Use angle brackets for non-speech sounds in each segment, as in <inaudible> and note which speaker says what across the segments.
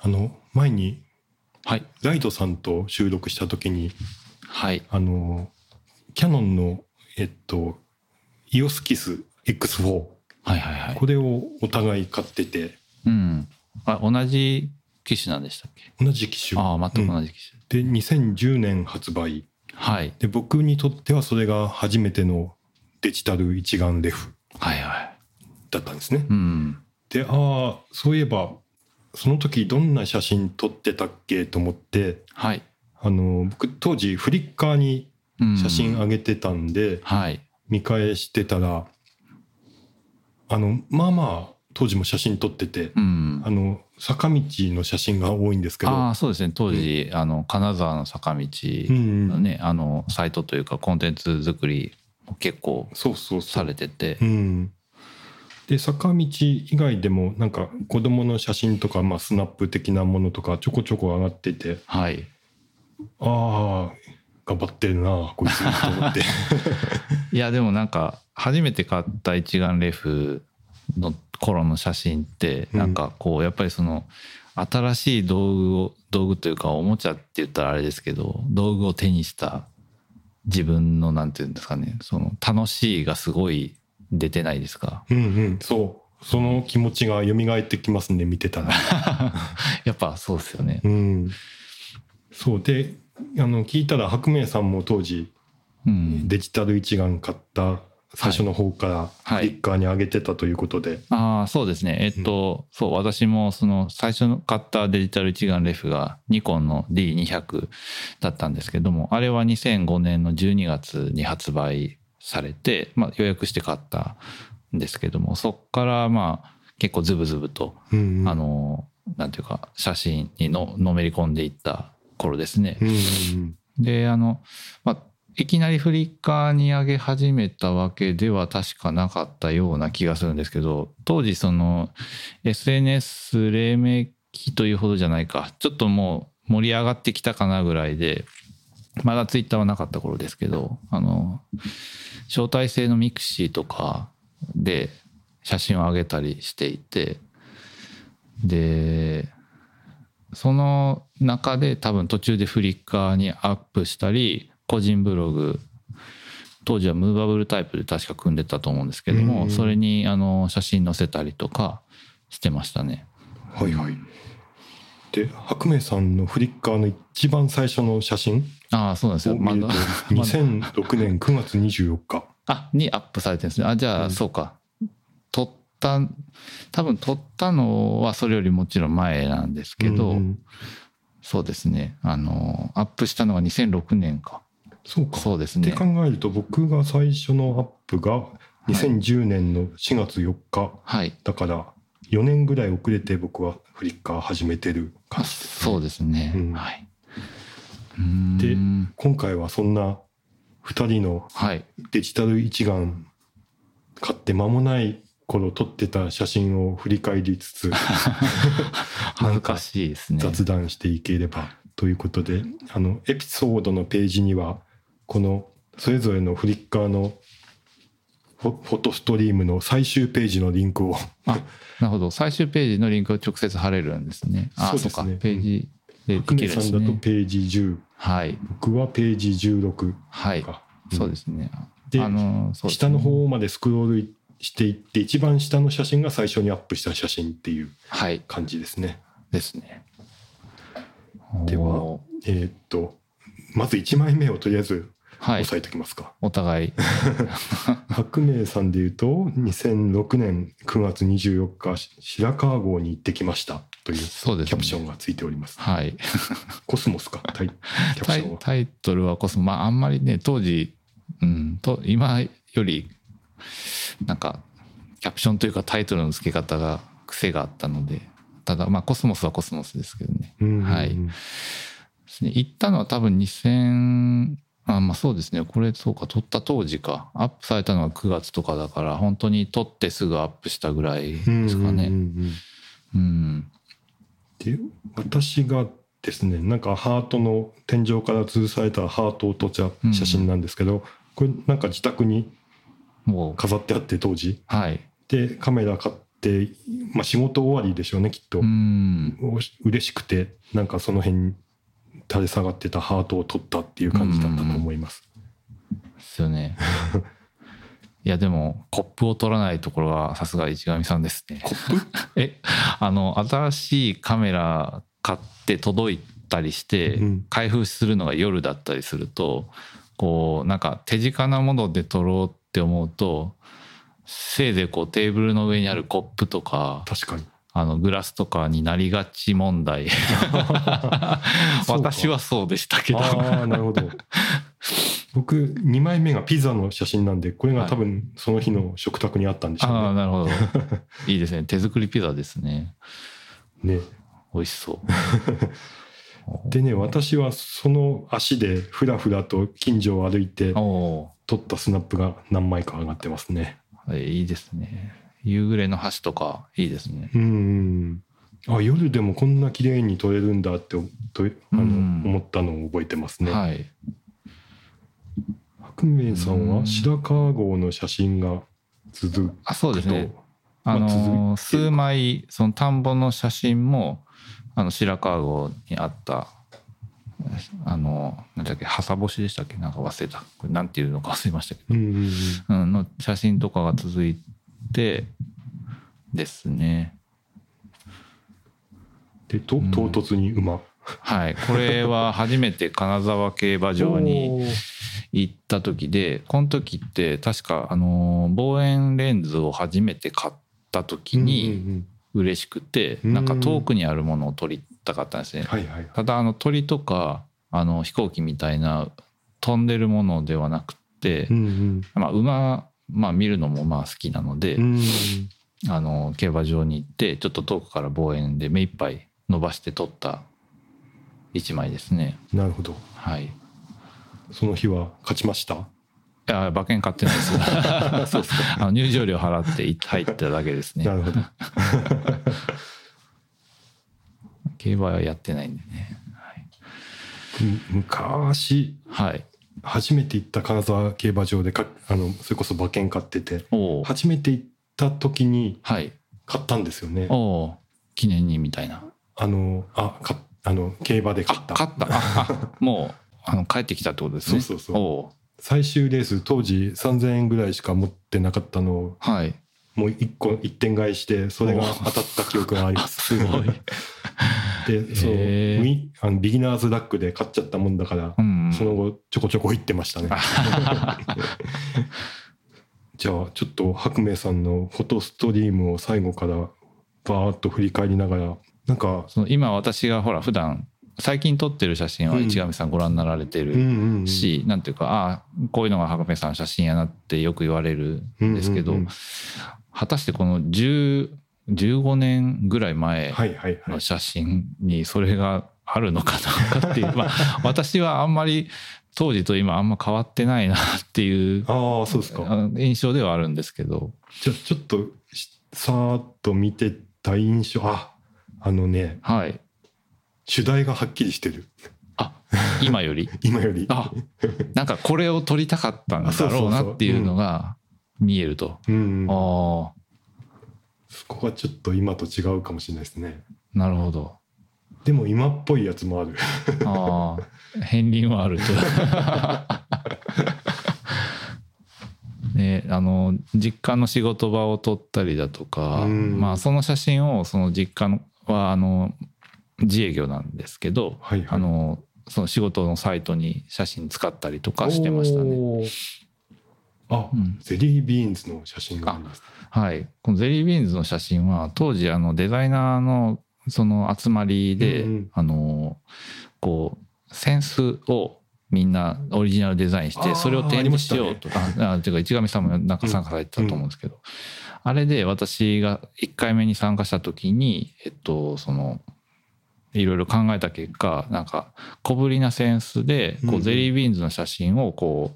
Speaker 1: あの前に
Speaker 2: はい。
Speaker 1: ライドさんと収録した時に
Speaker 2: はい。
Speaker 1: あのキャノンのえっとイオスキス X4
Speaker 2: はいはいはい。
Speaker 1: これをお互い買ってて
Speaker 2: うん。あ、同じ機種なんでしたっけ
Speaker 1: 同じ機種
Speaker 2: ああ、全く
Speaker 1: うん
Speaker 2: 同じ機種。
Speaker 1: で2010年発売
Speaker 2: はい。
Speaker 1: で僕にとってはそれが初めてのデジタル一眼レフ
Speaker 2: はいはい。
Speaker 1: だったんですね
Speaker 2: うん。
Speaker 1: でああそういえばその時どんな写真撮ってたっけと思って
Speaker 2: はい。
Speaker 1: あの僕当時フリッカーに
Speaker 2: うん
Speaker 1: 写真上げてたんで、
Speaker 2: はい。
Speaker 1: 見返してたらあのまあまあ当時も写真撮ってて、
Speaker 2: うん。
Speaker 1: あの坂道の写真が多いんですけど
Speaker 2: ああ、そうですね。当時、あの、金沢の坂道
Speaker 1: うんうん
Speaker 2: のね、あの、サイトというか、コンテンツ作りも結構
Speaker 1: そうそうそ
Speaker 2: さ
Speaker 1: う。
Speaker 2: れてて
Speaker 1: う。んで坂道以外でもなんか子供の写真とか、まあ、スナップ的なものとかちょこちょこ上がってて
Speaker 2: はい。
Speaker 1: ああ頑張ってるなこいつと思って
Speaker 2: <laughs> いや、でもなんか、初めて買った一眼レフの頃の写真って、
Speaker 1: うん
Speaker 2: なんかこう、やっぱりその、新しい道具を、道具というか、おもちゃって言ったらあれですけど、道具を手にした自分の、なんていうんですかね、その、楽しいがすごい出てないですか。
Speaker 1: うんうんそうその気持ちが蘇ってきますね見てたら
Speaker 2: やっぱそうですよね。
Speaker 1: うんそうであの聞いたら白明さんも当時
Speaker 2: うん。
Speaker 1: デジタル一眼買った最初の方から
Speaker 2: は
Speaker 1: フリ
Speaker 2: い
Speaker 1: ッカーに上げてたということで、
Speaker 2: ああ、そうですね。えっと、そう、私もその最初の買ったデジタル一眼レフがニコンの D200 だったんですけども、あれは2005年の12月に発売されて、まあ予約して買ったんですけども、そっからまあ結構ズブズブと、
Speaker 1: うんうん
Speaker 2: あの、なんていうか、写真にののめり込んでいった頃ですね。
Speaker 1: うんうん
Speaker 2: であの、まあ、いきなりフリッカーに上げ始めたわけでは確かなかったような気がするんですけど当時その SNS 黎明期というほどじゃないかちょっともう盛り上がってきたかなぐらいでまだツイッターはなかった頃ですけどあの招待制のミクシーとかで写真を上げたりしていてでその中で多分途中でフリッカーにアップしたり個人ブログ当時はムーバブルタイプで確か組んでたと思うんですけども、
Speaker 1: うん
Speaker 2: それにあの写真載せたりとかしてましたね。
Speaker 1: はいはいで白明さんのフリッカーの一番最初の写真
Speaker 2: ああそうなんです
Speaker 1: を
Speaker 2: よ。
Speaker 1: 見ると
Speaker 2: まだまだ
Speaker 1: 2006年9月24日
Speaker 2: あにアップされてるんですね。あじゃあ、
Speaker 1: うん
Speaker 2: そうか撮った多分撮ったのはそれよりもちろん前なんですけど、
Speaker 1: うん
Speaker 2: そうですねあのアップしたのが2006年か。
Speaker 1: そうか
Speaker 2: そうです
Speaker 1: って
Speaker 2: ね
Speaker 1: 考。えると僕が最初のアップが
Speaker 2: い
Speaker 1: 2010年の4月4日、
Speaker 2: はい。
Speaker 1: だから4年ぐらい遅れて僕はフリッカー始めてる感じですね
Speaker 2: そうですね。
Speaker 1: うん
Speaker 2: はい。うーん
Speaker 1: 今回はそんな2人の
Speaker 2: はい。
Speaker 1: デジタル一眼買って間もない頃撮ってた写真を振り返りつ
Speaker 2: <laughs>
Speaker 1: つ
Speaker 2: 恥ずかしいですね。
Speaker 1: 雑談していければということであのエピソードのページにはこのそれぞれのフリッカーのフォフォトストリームの最終ページのリンクを
Speaker 2: なるほど。最終ページのリンクを直接貼れるんですね。あ、
Speaker 1: そう
Speaker 2: そう
Speaker 1: です
Speaker 2: か
Speaker 1: ね。
Speaker 2: ページでい
Speaker 1: 久米
Speaker 2: けるん
Speaker 1: さ
Speaker 2: です
Speaker 1: んだと
Speaker 2: ね。
Speaker 1: ページ10
Speaker 2: はい。
Speaker 1: 僕はページ16
Speaker 2: はい。
Speaker 1: か、
Speaker 2: そうですね。
Speaker 1: で
Speaker 2: あの、そうです
Speaker 1: 下
Speaker 2: ね
Speaker 1: の方までスクロールしていって一番下の写真が最初にアップした写真っていう
Speaker 2: はい。
Speaker 1: 感じですね。
Speaker 2: ですね。
Speaker 1: では
Speaker 2: お
Speaker 1: えーっとまず1枚目をとりあえず
Speaker 2: ーはい
Speaker 1: 押。さえておきますか。
Speaker 2: お互い。
Speaker 1: 白明さんで言うと2006年9月24日し白川郷に行ってきましたという
Speaker 2: そうですね。
Speaker 1: キャプションがついております。
Speaker 2: はい。
Speaker 1: コスモス
Speaker 2: <laughs>
Speaker 1: かタイキャプ
Speaker 2: タ
Speaker 1: ション
Speaker 2: イ
Speaker 1: は。
Speaker 2: タイトルはこそ、まあ、あんまりね当時、うん、と今よりなんかキャプションというかタイトルの付け方が癖があったのでただまあコスモスはコスモスですけどね
Speaker 1: うん
Speaker 2: はいですね行ったのは多分2000あまあそうですねこれそうか撮った当時かアップされたのが9月とかだから本当に撮ってすぐアップしたぐらいですか
Speaker 1: うんう
Speaker 2: ね
Speaker 1: んうん
Speaker 2: うん
Speaker 1: で私がですねなんかハートの天井から吊るされたハートを撮った写真なんですけど、これなんか自宅に
Speaker 2: もう
Speaker 1: 飾ってあって当時
Speaker 2: はい
Speaker 1: でカメラ買っ、まあ、仕事終わりでしょうねきっと、
Speaker 2: うん
Speaker 1: おし嬉しくてなんかその辺に垂れ下がってたハートを取ったっていう感じだったと思います。
Speaker 2: ですよね <laughs> いやでもコップを取らないところはさすが市上さんですね <laughs>
Speaker 1: コッ
Speaker 2: えあの新しいカメラ買って届いたりして、
Speaker 1: うん
Speaker 2: 開封するのが夜だったりするとこうなんか手近なもので撮ろうって思うとせいぜいこうテーブルの上にあるコップとか
Speaker 1: 確
Speaker 2: <laughs>
Speaker 1: かに
Speaker 2: あのグラスとかになりがち問題
Speaker 1: そうか
Speaker 2: <laughs> 私はそうでしたけど
Speaker 1: ああなるほど僕2枚目がピザの写真なんでこれが多分その日の食卓にあったんでしょうね,、
Speaker 2: ああなるほどいいですね手作りピザですね
Speaker 1: ね
Speaker 2: 美味しそう
Speaker 1: でね私はその足でふらふらと近所を歩いて
Speaker 2: おお
Speaker 1: 撮ったスナップが何枚か上がってますね
Speaker 2: ーえいいですね夕暮れの橋とかいいですね
Speaker 1: うんあ夜でもこんな綺麗に撮れるんだってとあの、
Speaker 2: うん
Speaker 1: 思ったのを覚えてますね
Speaker 2: はい
Speaker 1: 白明さん
Speaker 2: う
Speaker 1: は
Speaker 2: ん
Speaker 1: 白川郷の写真が続く
Speaker 2: あそうです
Speaker 1: と、
Speaker 2: ね
Speaker 1: まあ
Speaker 2: あの
Speaker 1: 続いてる
Speaker 2: ー
Speaker 1: か
Speaker 2: 数枚その田んぼの写真もあの白川郷にあったあのなんだっけ挟干しでしたっけなんか忘れたこれなんていうのか忘れましたけど
Speaker 1: うんうんうん
Speaker 2: うん、の写真とかが続いてですね
Speaker 1: でと
Speaker 2: うん
Speaker 1: 唐突に馬、
Speaker 2: はいこれは初めて金沢競馬場に
Speaker 1: おー
Speaker 2: 行った時でこの時って確かあのー望遠レンズを初めて買った時
Speaker 1: うん
Speaker 2: に
Speaker 1: うん
Speaker 2: 嬉しくて
Speaker 1: うん
Speaker 2: なんか遠くにあるものを撮りたかったんです
Speaker 1: うん
Speaker 2: ね
Speaker 1: はいはい
Speaker 2: ただあの鳥とかあの飛行機みたいな飛んでるものではなくて
Speaker 1: う、ん
Speaker 2: まあ、馬、まあ、見るのもまあ好きなので、
Speaker 1: うんうん
Speaker 2: あの競馬場に行ってちょっと遠くから望遠で目いっぱい伸ばして撮った一枚ですね
Speaker 1: なるほど
Speaker 2: はい
Speaker 1: その日は勝ちました
Speaker 2: いや馬券買ってないです
Speaker 1: <laughs>
Speaker 2: あの入場料払ってい入っただけです
Speaker 1: な
Speaker 2: ね
Speaker 1: るほ
Speaker 2: <laughs>
Speaker 1: ど
Speaker 2: 競馬はやってないんでね
Speaker 1: む昔
Speaker 2: はい、はい、
Speaker 1: 初めて行った金沢競馬場でかあのそれこそ馬券買ってて
Speaker 2: おお
Speaker 1: 初めて行った時に
Speaker 2: はい
Speaker 1: 買ったんですよね
Speaker 2: おお記念にみたいな
Speaker 1: あのあかあの競馬で買
Speaker 2: あ
Speaker 1: った
Speaker 2: 勝ったああもうあの帰ってきたってことですね
Speaker 1: そうそうそう
Speaker 2: おう
Speaker 1: 最終レース当時3000円ぐらいしか持ってなかったのを
Speaker 2: はい
Speaker 1: もう1個一点買いしてそれが当たった記憶がありま
Speaker 2: あ
Speaker 1: す
Speaker 2: <laughs> すごい
Speaker 1: でそうウ
Speaker 2: へー
Speaker 1: ィあのビギナーズラックで買っちゃったもんだから
Speaker 2: うん
Speaker 1: その後ちょこちょこ行ってました
Speaker 2: <laughs>
Speaker 1: ね。じゃあちょっと白明さんのフォトストリームを最後からバーッと振り返りながらなんか
Speaker 2: その今私がほら普段最近撮ってる写真は
Speaker 1: うん
Speaker 2: 市上さんご覧になられて
Speaker 1: うんう
Speaker 2: る
Speaker 1: んうん
Speaker 2: し、なんていうかああこういうのが白目さんの写真やなってよく言われるんですけど、
Speaker 1: うんうんうん
Speaker 2: 果たしてこの10 15年ぐらい前
Speaker 1: はいはいは
Speaker 2: の
Speaker 1: い。
Speaker 2: 写真にそれがあるのかどうかっていう、まあ、私はあんまり当時と今あんま変わってないなっていう
Speaker 1: ああそうですか。
Speaker 2: あ印象ではあるんですけど
Speaker 1: じゃあちょっとしさーっと見てた印象ああのね
Speaker 2: はい
Speaker 1: 主題がはっきりしてる
Speaker 2: あ今より
Speaker 1: 今より。
Speaker 2: あなんかこれを撮りたかったんだろうなっていうのが見えると
Speaker 1: うんうん、
Speaker 2: あ
Speaker 1: そこがちょっと今と違うかもしれないですね。
Speaker 2: あなるほど
Speaker 1: でも今っぽいやつもある。
Speaker 2: ああ片鱗はあると
Speaker 1: <laughs>
Speaker 2: ねあの実家の仕事場を撮ったりだとか、
Speaker 1: うん
Speaker 2: まあ、その写真をその実家のはあの自営業なんですけど
Speaker 1: はいはい。
Speaker 2: あのその仕事のサイトに写真使ったりとかしてましたね。
Speaker 1: おーあ、
Speaker 2: うん
Speaker 1: ゼリービーンズの写真があります。
Speaker 2: はい、このゼリービーンズの写真は当時あのデザイナーのその集まりで、
Speaker 1: うんうん
Speaker 2: あのこうセンスをみんなオリジナルデザインし
Speaker 1: あー
Speaker 2: てそれを展示しようとああていうか市上さんもなんか参加されてたと思うんですけど、あれで私が1回目に参加した時にえっとそのいろいろ考えた結果なんか小ぶりなセンスで
Speaker 1: うん
Speaker 2: こ
Speaker 1: うん
Speaker 2: うゼリービーンズの写真をこ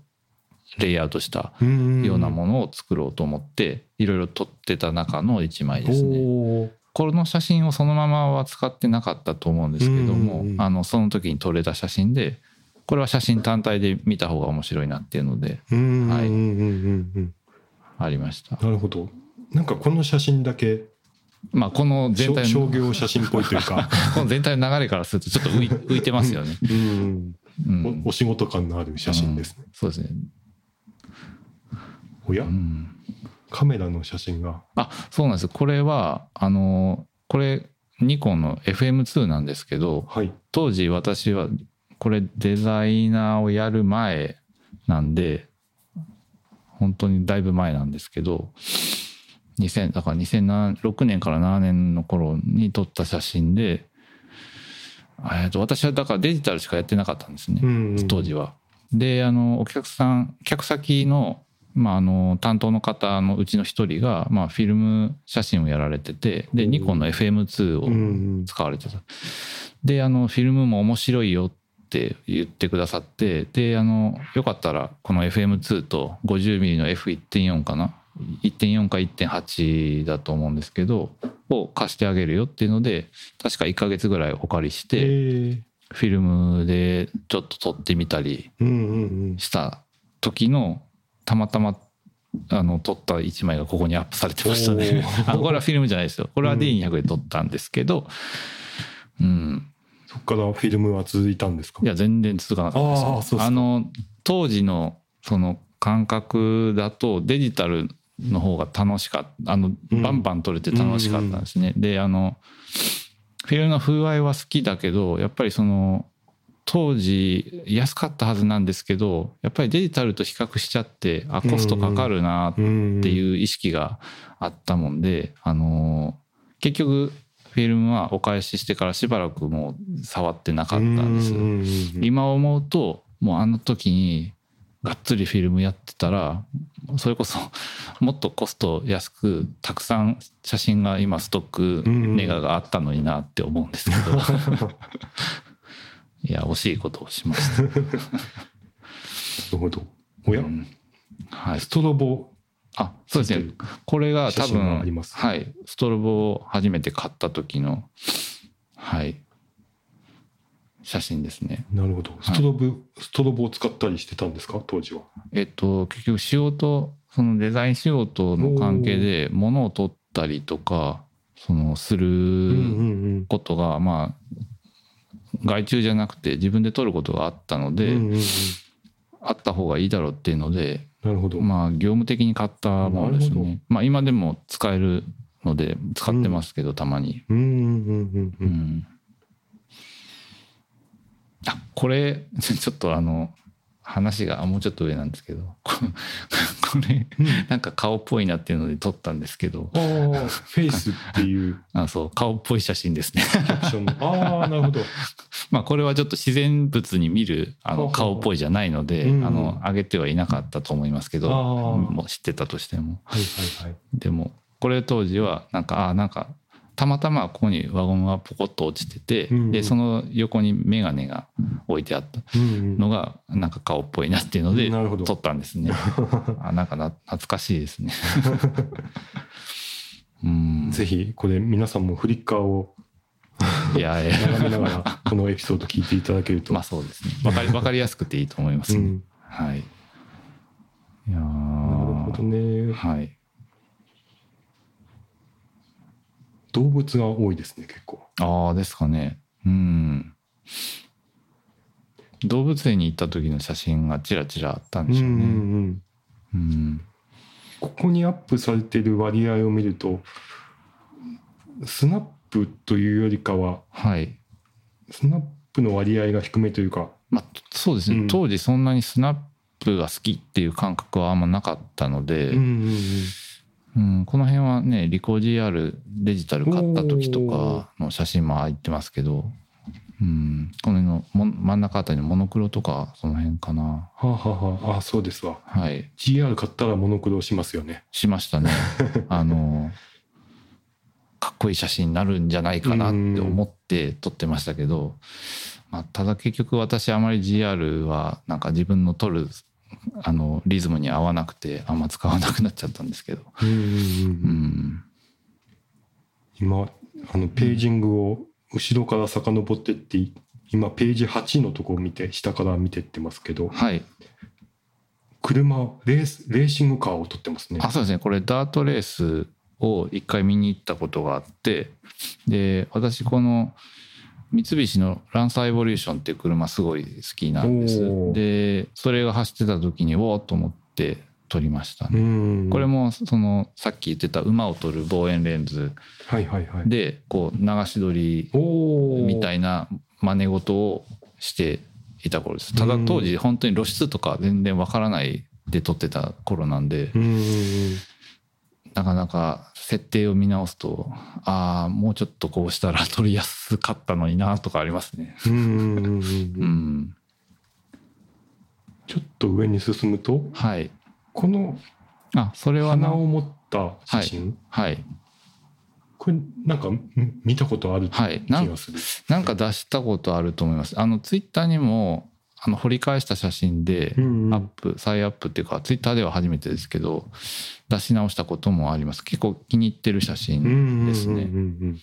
Speaker 2: うレイアウトしたようなものを作ろうと思っていろいろ撮ってた中の一枚ですね。
Speaker 1: おー
Speaker 2: この写真をそのままは使ってなかったと思うんですけど
Speaker 1: うん
Speaker 2: も、
Speaker 1: うんうん
Speaker 2: あのその時に撮れた写真でこれは写真単体で見た方が面白いなっていうので
Speaker 1: うんうんうんうん
Speaker 2: はい
Speaker 1: うんうん
Speaker 2: ありました。
Speaker 1: なるほど。なんかこの写真だけ
Speaker 2: まあこの全体
Speaker 1: しょ商
Speaker 2: の
Speaker 1: 業写真っぽいという
Speaker 2: <laughs>
Speaker 1: か、
Speaker 2: この全体の流れからするとちょっと浮い浮いてますよね。
Speaker 1: うん
Speaker 2: うん
Speaker 1: <laughs> お、お仕事感のある写真ですね。
Speaker 2: そうですね。
Speaker 1: おや
Speaker 2: うん、
Speaker 1: カメラの写真が。
Speaker 2: あそうなんですこれはあのこれニコンの FM2 なんですけど
Speaker 1: はい。
Speaker 2: 当時私はこれデザイナーをやる前なんで本当にだいぶ前なんですけど2000だから2006年から7年の頃に撮った写真で、えー、と私はだからデジタルしかやってなかったんですね、
Speaker 1: うんうん
Speaker 2: 当時は。であのお客さん客先の,、まあ、あの担当の方のうちの一人が、まあ、フィルム写真をやられててでニコンの FM2 を
Speaker 1: うん
Speaker 2: 使われてた。であのフィルムも面白いよって言ってくださってであのよかったらこの FM2 と 50mm の F1.4 かな1.4か1.8だと思うんですけどを貸してあげるよっていうので確か1ヶ月ぐらいお借りし
Speaker 1: え
Speaker 2: て
Speaker 1: ー
Speaker 2: フィルムでちょっと撮ってみたり
Speaker 1: うんうんうん
Speaker 2: した時のたまたまあの撮った1枚がここにアップされてましたね
Speaker 1: おー
Speaker 2: <laughs> あこれはフィルムじゃないですよこれは D200 で撮ったんですけどうん
Speaker 1: そこからフィルムは続いたんですか
Speaker 2: いや全然続かなかったです
Speaker 1: ああそうですか
Speaker 2: あの当時のその感覚だとデジタルの方が楽しかったあの、
Speaker 1: うん
Speaker 2: バンバン撮れて楽しかったんですね、であのフィルムの風合いは好きだけどやっぱりその当時安かったはずなんですけどやっぱりデジタルと比較しちゃってあコストかかるなっって
Speaker 1: う
Speaker 2: いう意識があったもんで、あのー結局フィルムはお返ししてからしばらくもう触ってなかったんです。
Speaker 1: す
Speaker 2: 今思うともうあの時にがっつりフィルムやってたらそれこそ <laughs> もっとコスト安くたくさん写真が今ストック
Speaker 1: うんうん
Speaker 2: ネガがあったのになって思うんですけど
Speaker 1: <laughs>
Speaker 2: いや惜しいことをしました。
Speaker 1: なるほど。おや、
Speaker 2: うんはい
Speaker 1: ス、トロボ。
Speaker 2: あそうですねこれが多
Speaker 1: 写真があり
Speaker 2: 分
Speaker 1: ます
Speaker 2: はいストロボを初めて買った時のはい写真ですね
Speaker 1: なるほど。ストロボ、ストロボを使ったりしてたんですか当時は。
Speaker 2: えっと結局仕事そのデザイン仕事の関係で物を取ったりとかそのす
Speaker 1: うんう
Speaker 2: る
Speaker 1: ん
Speaker 2: ことがまあ外注じゃなくて自分で取ることがあったの
Speaker 1: うん
Speaker 2: で、
Speaker 1: うんうんうん
Speaker 2: あった方がいいだろうっていうので
Speaker 1: なるほど。
Speaker 2: まあ業務的に買ったものです
Speaker 1: なるほ
Speaker 2: ねまあ今でも使えるので使ってますけど、たまに
Speaker 1: うんうんうんうんうん。
Speaker 2: あこれ <laughs> ちょちょっとあの話がもうちょっと上なんですけど <laughs> ここれなんか顔っぽいなっていうので撮ったんですけど
Speaker 1: ああ、フェイスっていう
Speaker 2: あそう顔っぽい写真ですね <laughs>
Speaker 1: キャプションの。ああ、なるほど。
Speaker 2: まあこれはちょっと自然物に見る
Speaker 1: ほ
Speaker 2: あ
Speaker 1: う
Speaker 2: の
Speaker 1: ほう
Speaker 2: 顔っぽいじゃないので、
Speaker 1: うん
Speaker 2: あの上げてはいなかったと思いますけど
Speaker 1: あー
Speaker 2: もう知ってたとしても
Speaker 1: はいはいはい。
Speaker 2: でもこれ当時はなんかあなんかたまたまここに輪ゴムがポコッと落ちてて、
Speaker 1: うん
Speaker 2: でその横に眼鏡が置いてあった
Speaker 1: うんうん
Speaker 2: のがなんか顔っぽいなっていうので
Speaker 1: なるほど
Speaker 2: 撮ったんですね。
Speaker 1: <laughs>
Speaker 2: あなんかな懐かしいですね。うん。
Speaker 1: ぜひ、これ皆さんもフリッカーを
Speaker 2: いやいや
Speaker 1: <laughs> 眺めながら、
Speaker 2: <laughs>
Speaker 1: このエピソード聞いていただけると。
Speaker 2: まあそうですね。わかりわかりやすくていいと思います
Speaker 1: う
Speaker 2: ね。
Speaker 1: ん
Speaker 2: はい。いや
Speaker 1: なるほど
Speaker 2: ー
Speaker 1: ね。
Speaker 2: はい。
Speaker 1: 動物が多いですね、結構。
Speaker 2: ああですかね。うん。動物園に行った時の写真がちらちらあったんでしょう
Speaker 1: うん
Speaker 2: ね。
Speaker 1: うんうん
Speaker 2: うん。
Speaker 1: ここにアップされてる割合を見るとスナップというよりかは
Speaker 2: はい。
Speaker 1: スナップの割合が低めというか
Speaker 2: まあ、そうですね、
Speaker 1: うん
Speaker 2: 当時そんなにスナップが好きっていう感覚はあんまなかったので、
Speaker 1: うんうんうん
Speaker 2: うんこの辺はねリコ GR デジタル買った時とかの写真も入ってますけど、うん、この辺のも真ん中あたりのモノクロとかその辺かな
Speaker 1: はあ、はあはあ、あそうですわ
Speaker 2: はい
Speaker 1: GR 買ったらモノクロしますよね
Speaker 2: しましたねあのかっこいい写真になるんじゃないかなって思って撮ってましたけど、まあ、ただ結局私あまり GR はなんか自分の撮るあのリズムに合わなくてあんま使わなくなっちゃったんですけど、
Speaker 1: うんうん
Speaker 2: う
Speaker 1: うん
Speaker 2: ん、
Speaker 1: 今あのページングを後ろから遡ってって今ページ8のとこを見て下から見てってますけど
Speaker 2: はい
Speaker 1: 車レースレーシングカーを撮ってますね
Speaker 2: あそうですねこれダートレースを一回見に行ったことがあってで私この三菱のランサーエボリューションっていう車すごい好きなんで
Speaker 1: お
Speaker 2: す
Speaker 1: ー
Speaker 2: でそれが走ってた時におおっと思って撮りましたね、
Speaker 1: うん
Speaker 2: これもそのさっき言ってた馬を撮る望遠レンズ
Speaker 1: はいはいはい
Speaker 2: でこう流し撮り
Speaker 1: おー
Speaker 2: みたいな真似事をしていた頃ですただ
Speaker 1: うん
Speaker 2: 当時本当に露出とか全然わからないで撮ってた頃なんで
Speaker 1: うん
Speaker 2: なかなか設定を見直すとああもうちょっとこうしたら撮りやすかったのになとかありますね
Speaker 1: うんうんうん
Speaker 2: う
Speaker 1: うん
Speaker 2: ん
Speaker 1: ちょっと上に進むと
Speaker 2: はい
Speaker 1: この
Speaker 2: あそれはな
Speaker 1: 花を持った写真、
Speaker 2: はい
Speaker 1: これなんかん見たことある気
Speaker 2: はいなん
Speaker 1: がする、
Speaker 2: なんか出したことあると思いますあのツイッターにもあの掘り返した写真で
Speaker 1: うんうん
Speaker 2: アップ再アップっていうかツイッターでは初めてですけど出し直したこともあります結構気に入ってる写真ですね
Speaker 1: うんうんうん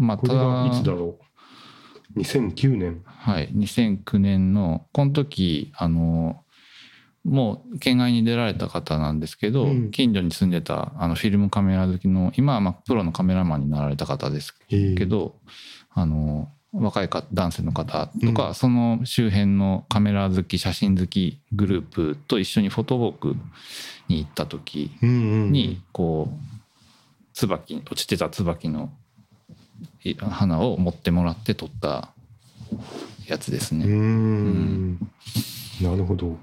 Speaker 1: うん
Speaker 2: まあ、
Speaker 1: こ
Speaker 2: た
Speaker 1: れがいつだ
Speaker 2: だ、
Speaker 1: ろう2009年
Speaker 2: はい、2009年のこの時あのもう県外に出られた方なんですけど、
Speaker 1: うん
Speaker 2: 近所に住んでたあのフィルムカメラ好きの今はまあプロのカメラマンになられた方です
Speaker 1: ええ
Speaker 2: けど、あの若いか男性の方とか、
Speaker 1: う
Speaker 2: その周辺のカメラ好き写真好きグループと一緒にフォトウォークに行った時
Speaker 1: うんうんうん
Speaker 2: にこう椿落ちてた椿のい花を持ってもらって撮ったやつです
Speaker 1: うー
Speaker 2: ね。
Speaker 1: んなるほど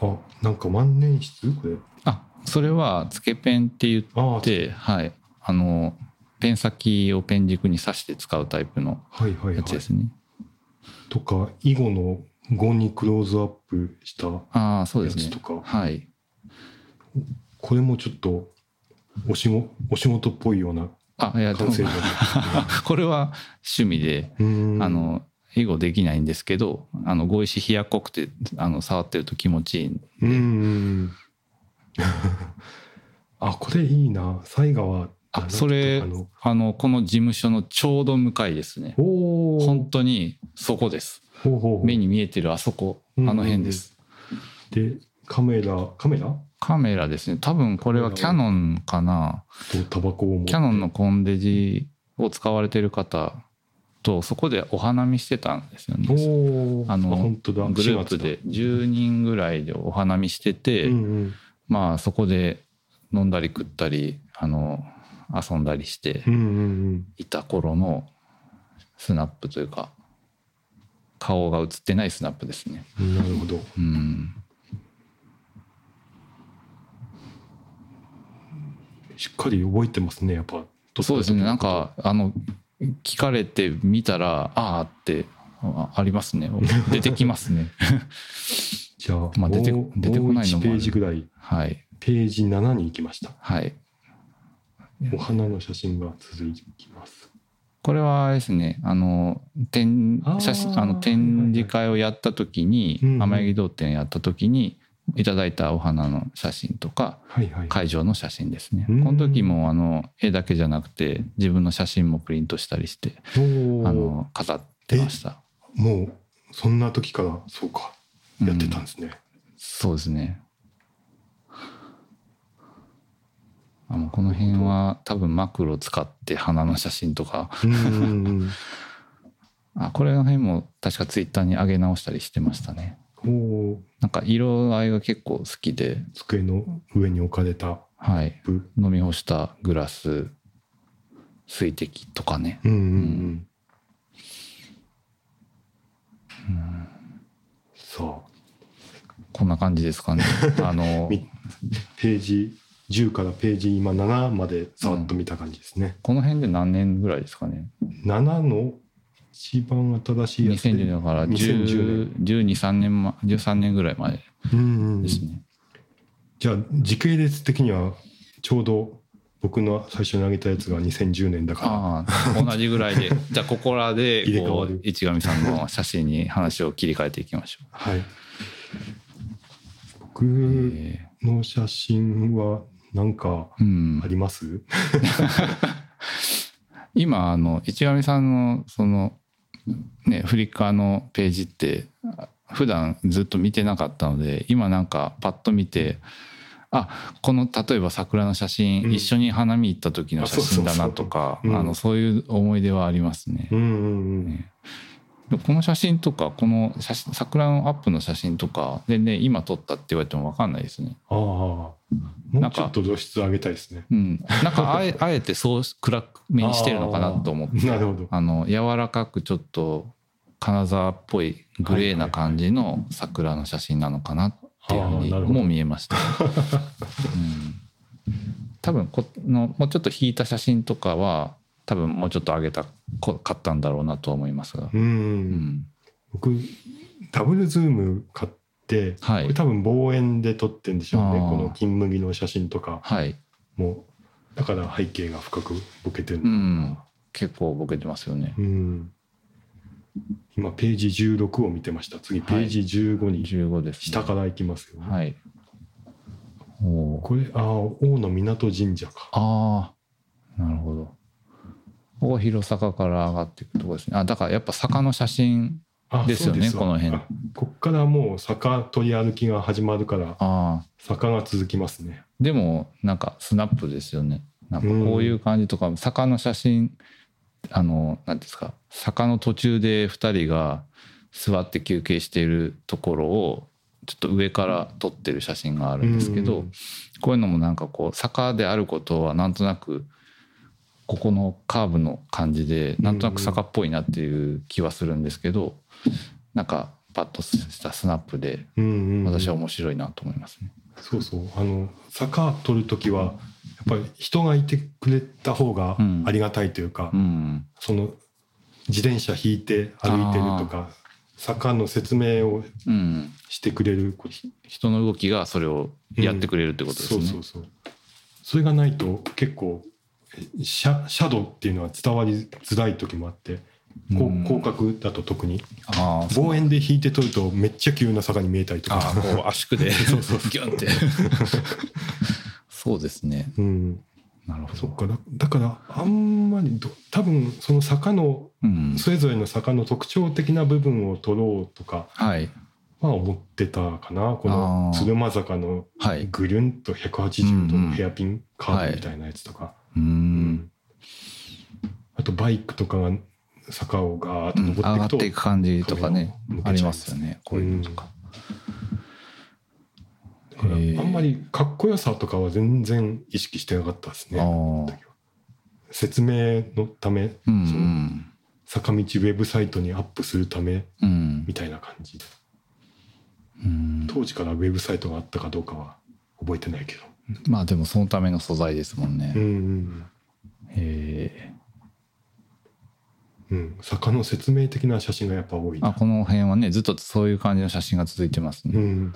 Speaker 1: あなんか万年筆これ
Speaker 2: あそれはつけペンって言っ
Speaker 1: ああ
Speaker 2: てはいあのペン先をペン軸に刺して使うタイプの
Speaker 1: はいはいは
Speaker 2: や
Speaker 1: い
Speaker 2: つですね。
Speaker 1: とか囲碁の碁にクローズアップした
Speaker 2: ああそう
Speaker 1: や
Speaker 2: です
Speaker 1: つ
Speaker 2: ね
Speaker 1: と。か、
Speaker 2: はい
Speaker 1: これもちょっとお仕事お仕事っぽいような
Speaker 2: あいやで
Speaker 1: 感
Speaker 2: も <laughs>
Speaker 1: 性が
Speaker 2: これは趣味で
Speaker 1: うーん
Speaker 2: あの囲碁できないんですけどあの碁石冷やっこくてあの触ってると気持ちいいんで
Speaker 1: うーん <laughs> あこれいいな犀川
Speaker 2: あそれ
Speaker 1: あの
Speaker 2: あのこの事務所のちょうど向かいですね
Speaker 1: おー
Speaker 2: 本当にそこです
Speaker 1: ほうほうほう
Speaker 2: 目に見えてるあそこ
Speaker 1: う
Speaker 2: あ
Speaker 1: ん
Speaker 2: の辺です
Speaker 1: でカメラカメラ
Speaker 2: カメラですね多分これはキャノンかな
Speaker 1: とタバコを持って
Speaker 2: キャノンのコンデジを使われてる方とそこでお花見してたんですよね
Speaker 1: おー
Speaker 2: あの
Speaker 1: 本当だ
Speaker 2: グループ
Speaker 1: 4月
Speaker 2: で10人ぐらいでお花見してて、
Speaker 1: だうんうん
Speaker 2: まあそこで飲んだり食ったりあの遊んだりして
Speaker 1: うんうん
Speaker 2: いた頃のスナップというか顔が映ってないスナップですね。
Speaker 1: うんなるほど
Speaker 2: うん
Speaker 1: しっかり覚えてますねやっぱ
Speaker 2: そうですねなん
Speaker 1: か
Speaker 2: かあの聞かれてみたらああってあありますね <laughs> 出てきますね
Speaker 1: じゃあ、
Speaker 2: まあ出て
Speaker 1: もう
Speaker 2: 出てこないのもある
Speaker 1: もう1ページぐらい
Speaker 2: はい
Speaker 1: ページ7に行きました
Speaker 2: はい
Speaker 1: お花の写真が続きます
Speaker 2: これはあれですねあの展
Speaker 1: あー
Speaker 2: 写真あの展示会をやった時に
Speaker 1: うんうん
Speaker 2: 天城堂展やった時にいただいたお花の写真とか
Speaker 1: はいはい
Speaker 2: 会場の写真ですねこ
Speaker 1: うん
Speaker 2: の時もあの絵だけじゃなくて自分の写真もプリントしたりして
Speaker 1: お
Speaker 2: あ
Speaker 1: ー
Speaker 2: の飾ってました
Speaker 1: もうそんな時からそうかやってたんですね、
Speaker 2: そうですね。あもうこの辺は多分マクロ使って花の写真とか
Speaker 1: うんうんうん
Speaker 2: あこれの辺も確かツイッターに上げ直したりしてましたね <laughs>
Speaker 1: おー
Speaker 2: なんか色合いが結構好きで
Speaker 1: 机の上に置かれた
Speaker 2: はい
Speaker 1: 部
Speaker 2: 飲み干したグラス水滴とかね
Speaker 1: うんうんうんさあ
Speaker 2: こんな感じで
Speaker 1: <laughs>
Speaker 2: すかねあの
Speaker 1: みページ10からページ今7までざっと見た感じですね、
Speaker 2: この辺で何年ぐらいですかね
Speaker 1: 7の一番新しいやつ
Speaker 2: 2010年だから
Speaker 1: 2010
Speaker 2: 1213年ま13年ぐらい前
Speaker 1: うんうんうん
Speaker 2: ですね
Speaker 1: じゃあ時系列的にはちょうど僕の最初に挙げたやつが2010年だか
Speaker 2: ああ同じぐらいで
Speaker 1: <laughs>
Speaker 2: じゃあここらで
Speaker 1: 入れ替
Speaker 2: こ
Speaker 1: わ
Speaker 2: う
Speaker 1: る
Speaker 2: 市上さんの写真に話を切り替えていきましょ
Speaker 1: らはい僕
Speaker 2: う。え
Speaker 1: の写真は何か
Speaker 2: ーう
Speaker 1: あ
Speaker 2: ん、
Speaker 1: ります
Speaker 2: 今あの市上さんのそのねフリッカーのページってあ普段ずっと見てなかったので今なんかパッと見てあこの例えば桜の写真、
Speaker 1: うん
Speaker 2: 一緒に花見行った時の写真だなとか
Speaker 1: あそうそうそううん
Speaker 2: あのそういう思い出はありますね。
Speaker 1: うんうんうん。
Speaker 2: でこの写真とかこの写真桜のアップの写真とか全然今撮ったって言われても分かんないですね。
Speaker 1: ああ。も
Speaker 2: な
Speaker 1: うんち
Speaker 2: か
Speaker 1: ょっと露出上げたいですね。
Speaker 2: うん、なん
Speaker 1: <laughs>
Speaker 2: かあえあえてそう暗めにしてるのかなと思って
Speaker 1: なるほど。
Speaker 2: あの柔らかくちょっと金沢っぽいグレーな感じの桜の写真なのかなっていうふう
Speaker 1: あー
Speaker 2: に
Speaker 1: なるほど
Speaker 2: も見え
Speaker 1: <laughs>
Speaker 2: ました、うん、多分このもうちょっと引いた写真とかは多分もうちょっと上げたこ買ったんだろうなとは思いますが、
Speaker 1: うん
Speaker 2: う
Speaker 1: うん。
Speaker 2: ん、
Speaker 1: 僕ダブルズーム買って、
Speaker 2: はい
Speaker 1: これ多分望遠で撮ってんでしょうね。
Speaker 2: ああ
Speaker 1: この金麦の写真とか
Speaker 2: はい、
Speaker 1: もだから背景が深くボケてる
Speaker 2: う
Speaker 1: の。
Speaker 2: ん、結構ボケてますよね
Speaker 1: うん。今ページ16を見てました。次ページ15に
Speaker 2: 15です、ね、
Speaker 1: 下から行きますよ。
Speaker 2: はいおー
Speaker 1: これああ王の港神社か。
Speaker 2: ああなるほどここ広坂から上がっていくとこですねあだからやっぱ坂の写真
Speaker 1: あ
Speaker 2: ですよね
Speaker 1: そうわ
Speaker 2: この辺
Speaker 1: あこっからもう坂取り歩きが始まるから
Speaker 2: ああ
Speaker 1: 坂が続きますね。
Speaker 2: でもなんかスナップですよねなんかこういう感じとか、坂の写真あの何ですか坂の途中で2人が座って休憩しているところをちょっと上から撮ってる写真があるんですけど、
Speaker 1: うん
Speaker 2: こういうのもなんかこう坂であることはなんとなくここのカーブの感じでなんとなく坂っぽいなっていう気はするんですけど、なんかパッとしたスナップで
Speaker 1: うんうんうん
Speaker 2: 私は面白いなと思いますね。
Speaker 1: そうそうあの坂取る時はやっぱり人がいてくれた方が
Speaker 2: うん
Speaker 1: ありがたいというか、
Speaker 2: うん
Speaker 1: その自転車引いて歩いてるとか坂の説明を
Speaker 2: うん
Speaker 1: してくれること
Speaker 2: 人の動きがそれをやってくれるってことですね。
Speaker 1: そうそうそうそれがないと結構えシャシャドウっていうのは伝わりづらい時もあって、こ
Speaker 2: うん
Speaker 1: う広角だと特に
Speaker 2: ああ、
Speaker 1: 望遠で引いて撮るとめっちゃ急な坂に見えたりと
Speaker 2: あ
Speaker 1: か
Speaker 2: あ、こう圧縮で <laughs> そ
Speaker 1: <laughs>
Speaker 2: うそうギュンって。そうですね。
Speaker 1: うん
Speaker 2: なるほ
Speaker 1: そっ
Speaker 2: ど。
Speaker 1: かだだからあんまりど多分その坂の
Speaker 2: うん。
Speaker 1: それぞれの坂の特徴的な部分を取ろうとか
Speaker 2: はい
Speaker 1: は思ってたかなこ
Speaker 2: あ
Speaker 1: の
Speaker 2: ー
Speaker 1: 鶴間坂の
Speaker 2: はい。
Speaker 1: ぐるんと180度のヘアピンカーブみたいなやつとか、
Speaker 2: う
Speaker 1: うん
Speaker 2: ん。
Speaker 1: あとバイクとかが坂をガーッと
Speaker 2: 上が
Speaker 1: 登
Speaker 2: っ
Speaker 1: って
Speaker 2: て
Speaker 1: い
Speaker 2: い
Speaker 1: くと
Speaker 2: く感じとかね
Speaker 1: 壁を抜け
Speaker 2: あり
Speaker 1: ちゃい
Speaker 2: ま
Speaker 1: ますす
Speaker 2: よね。こういうのとか。
Speaker 1: だからあ
Speaker 2: へー
Speaker 1: んまりかっこよさとかは全然意識してなかったです
Speaker 2: ああ
Speaker 1: ね。説明のため
Speaker 2: うんうん
Speaker 1: 坂道ウェブサイトにアップするため
Speaker 2: うん
Speaker 1: みたいな感じで
Speaker 2: うん。
Speaker 1: 当時からウェブサイトがあったかどうかは覚えてないけど。
Speaker 2: まあでもそのための素材ですもん
Speaker 1: うん
Speaker 2: ね。へえ。
Speaker 1: うんうんうん、坂の説明的な写真がやっぱ多いな
Speaker 2: あこの辺はねずっとそういう感じの写真が続いてますね
Speaker 1: う。ん、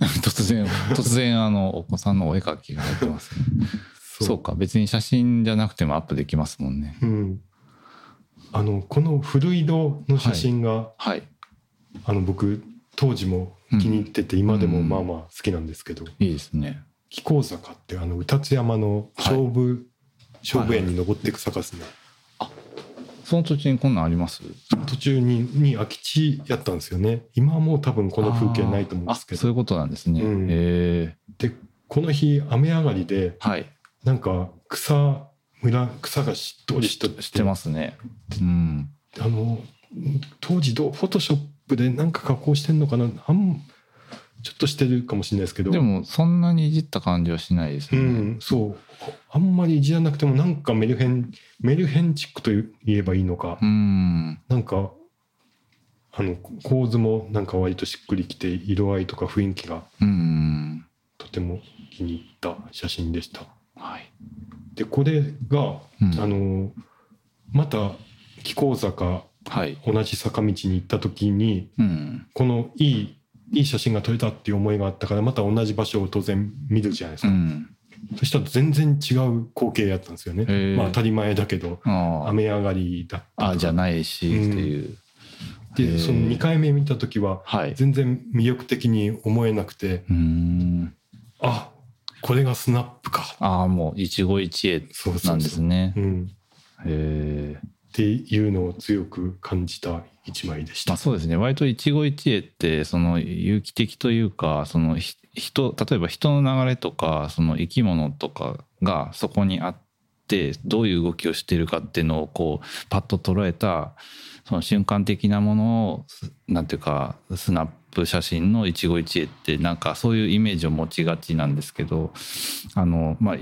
Speaker 2: 突然突然あのお子さんのお絵描きが入ってます、ね、そうか別に写真じゃなくてもアップできますもんね
Speaker 1: うん、あのこの古井戸の写真が、
Speaker 2: はい
Speaker 1: あの僕当時も気に入ってて、今でもまあまあ好きなんですけど
Speaker 2: いいですね
Speaker 1: 「紀行坂」ってあの歌津山の勝負、勝負園に登っていく坂ですね、
Speaker 2: その途中にこんなんあります
Speaker 1: 途中にに空き地やったんですよね今はもう多分この風景ないと思うん
Speaker 2: あ
Speaker 1: ですけ
Speaker 2: そうい
Speaker 1: ど
Speaker 2: うことなんですね、
Speaker 1: うん
Speaker 2: え
Speaker 1: でこの日雨上がりで
Speaker 2: ーはい
Speaker 1: なんか草村草がしっとりしと
Speaker 2: 知ってますねうん
Speaker 1: あの当時どうフォトショップで何か加工してんのかなあんちょっとしてるかもしれないですけど
Speaker 2: でもそんなにいじった感じはしないです
Speaker 1: う
Speaker 2: ね、
Speaker 1: んそうあんまりいじらなくてもなんかメルヘンメルヘンチックと言えばいいのか、
Speaker 2: うん
Speaker 1: なんかあの構図もなんか割としっくりきて色合いとか雰囲気が
Speaker 2: うん
Speaker 1: とても気に入った写真でした
Speaker 2: はい
Speaker 1: でこれが、
Speaker 2: うん
Speaker 1: あのまた紀行坂
Speaker 2: はい
Speaker 1: 同じ坂道に行った時に
Speaker 2: うん
Speaker 1: このいいいい写真が撮れたっていう思いがあったからまた同じ場所を当然見るじゃないです
Speaker 2: う
Speaker 1: か、
Speaker 2: ん
Speaker 1: そしたら全然違う光景やったんですよね、
Speaker 2: へえ
Speaker 1: まあ当たり前だけど
Speaker 2: あ
Speaker 1: 雨上がりだった
Speaker 2: ああじゃないしっていう、へえ
Speaker 1: でその2回目見た時は
Speaker 2: はい
Speaker 1: 全然魅力的に思えなくて
Speaker 2: うん
Speaker 1: あこれがスナップか
Speaker 2: ああもう一期一会
Speaker 1: そうそうそう
Speaker 2: なんですね
Speaker 1: うん、
Speaker 2: へえ
Speaker 1: っていうのを強く感じた一枚でし
Speaker 2: ま
Speaker 1: た
Speaker 2: あ、。そうですね割と一期一会ってその有機的というかそのひ人例えば人の流れとかその生き物とかがそこにあってどういう動きをしているかっていうのをこうパッと捉えたその瞬間的なものをすなんていうかスナップ写真の一期一会ってなんかそういうイメージを持ちがちなんですけどあの、まあ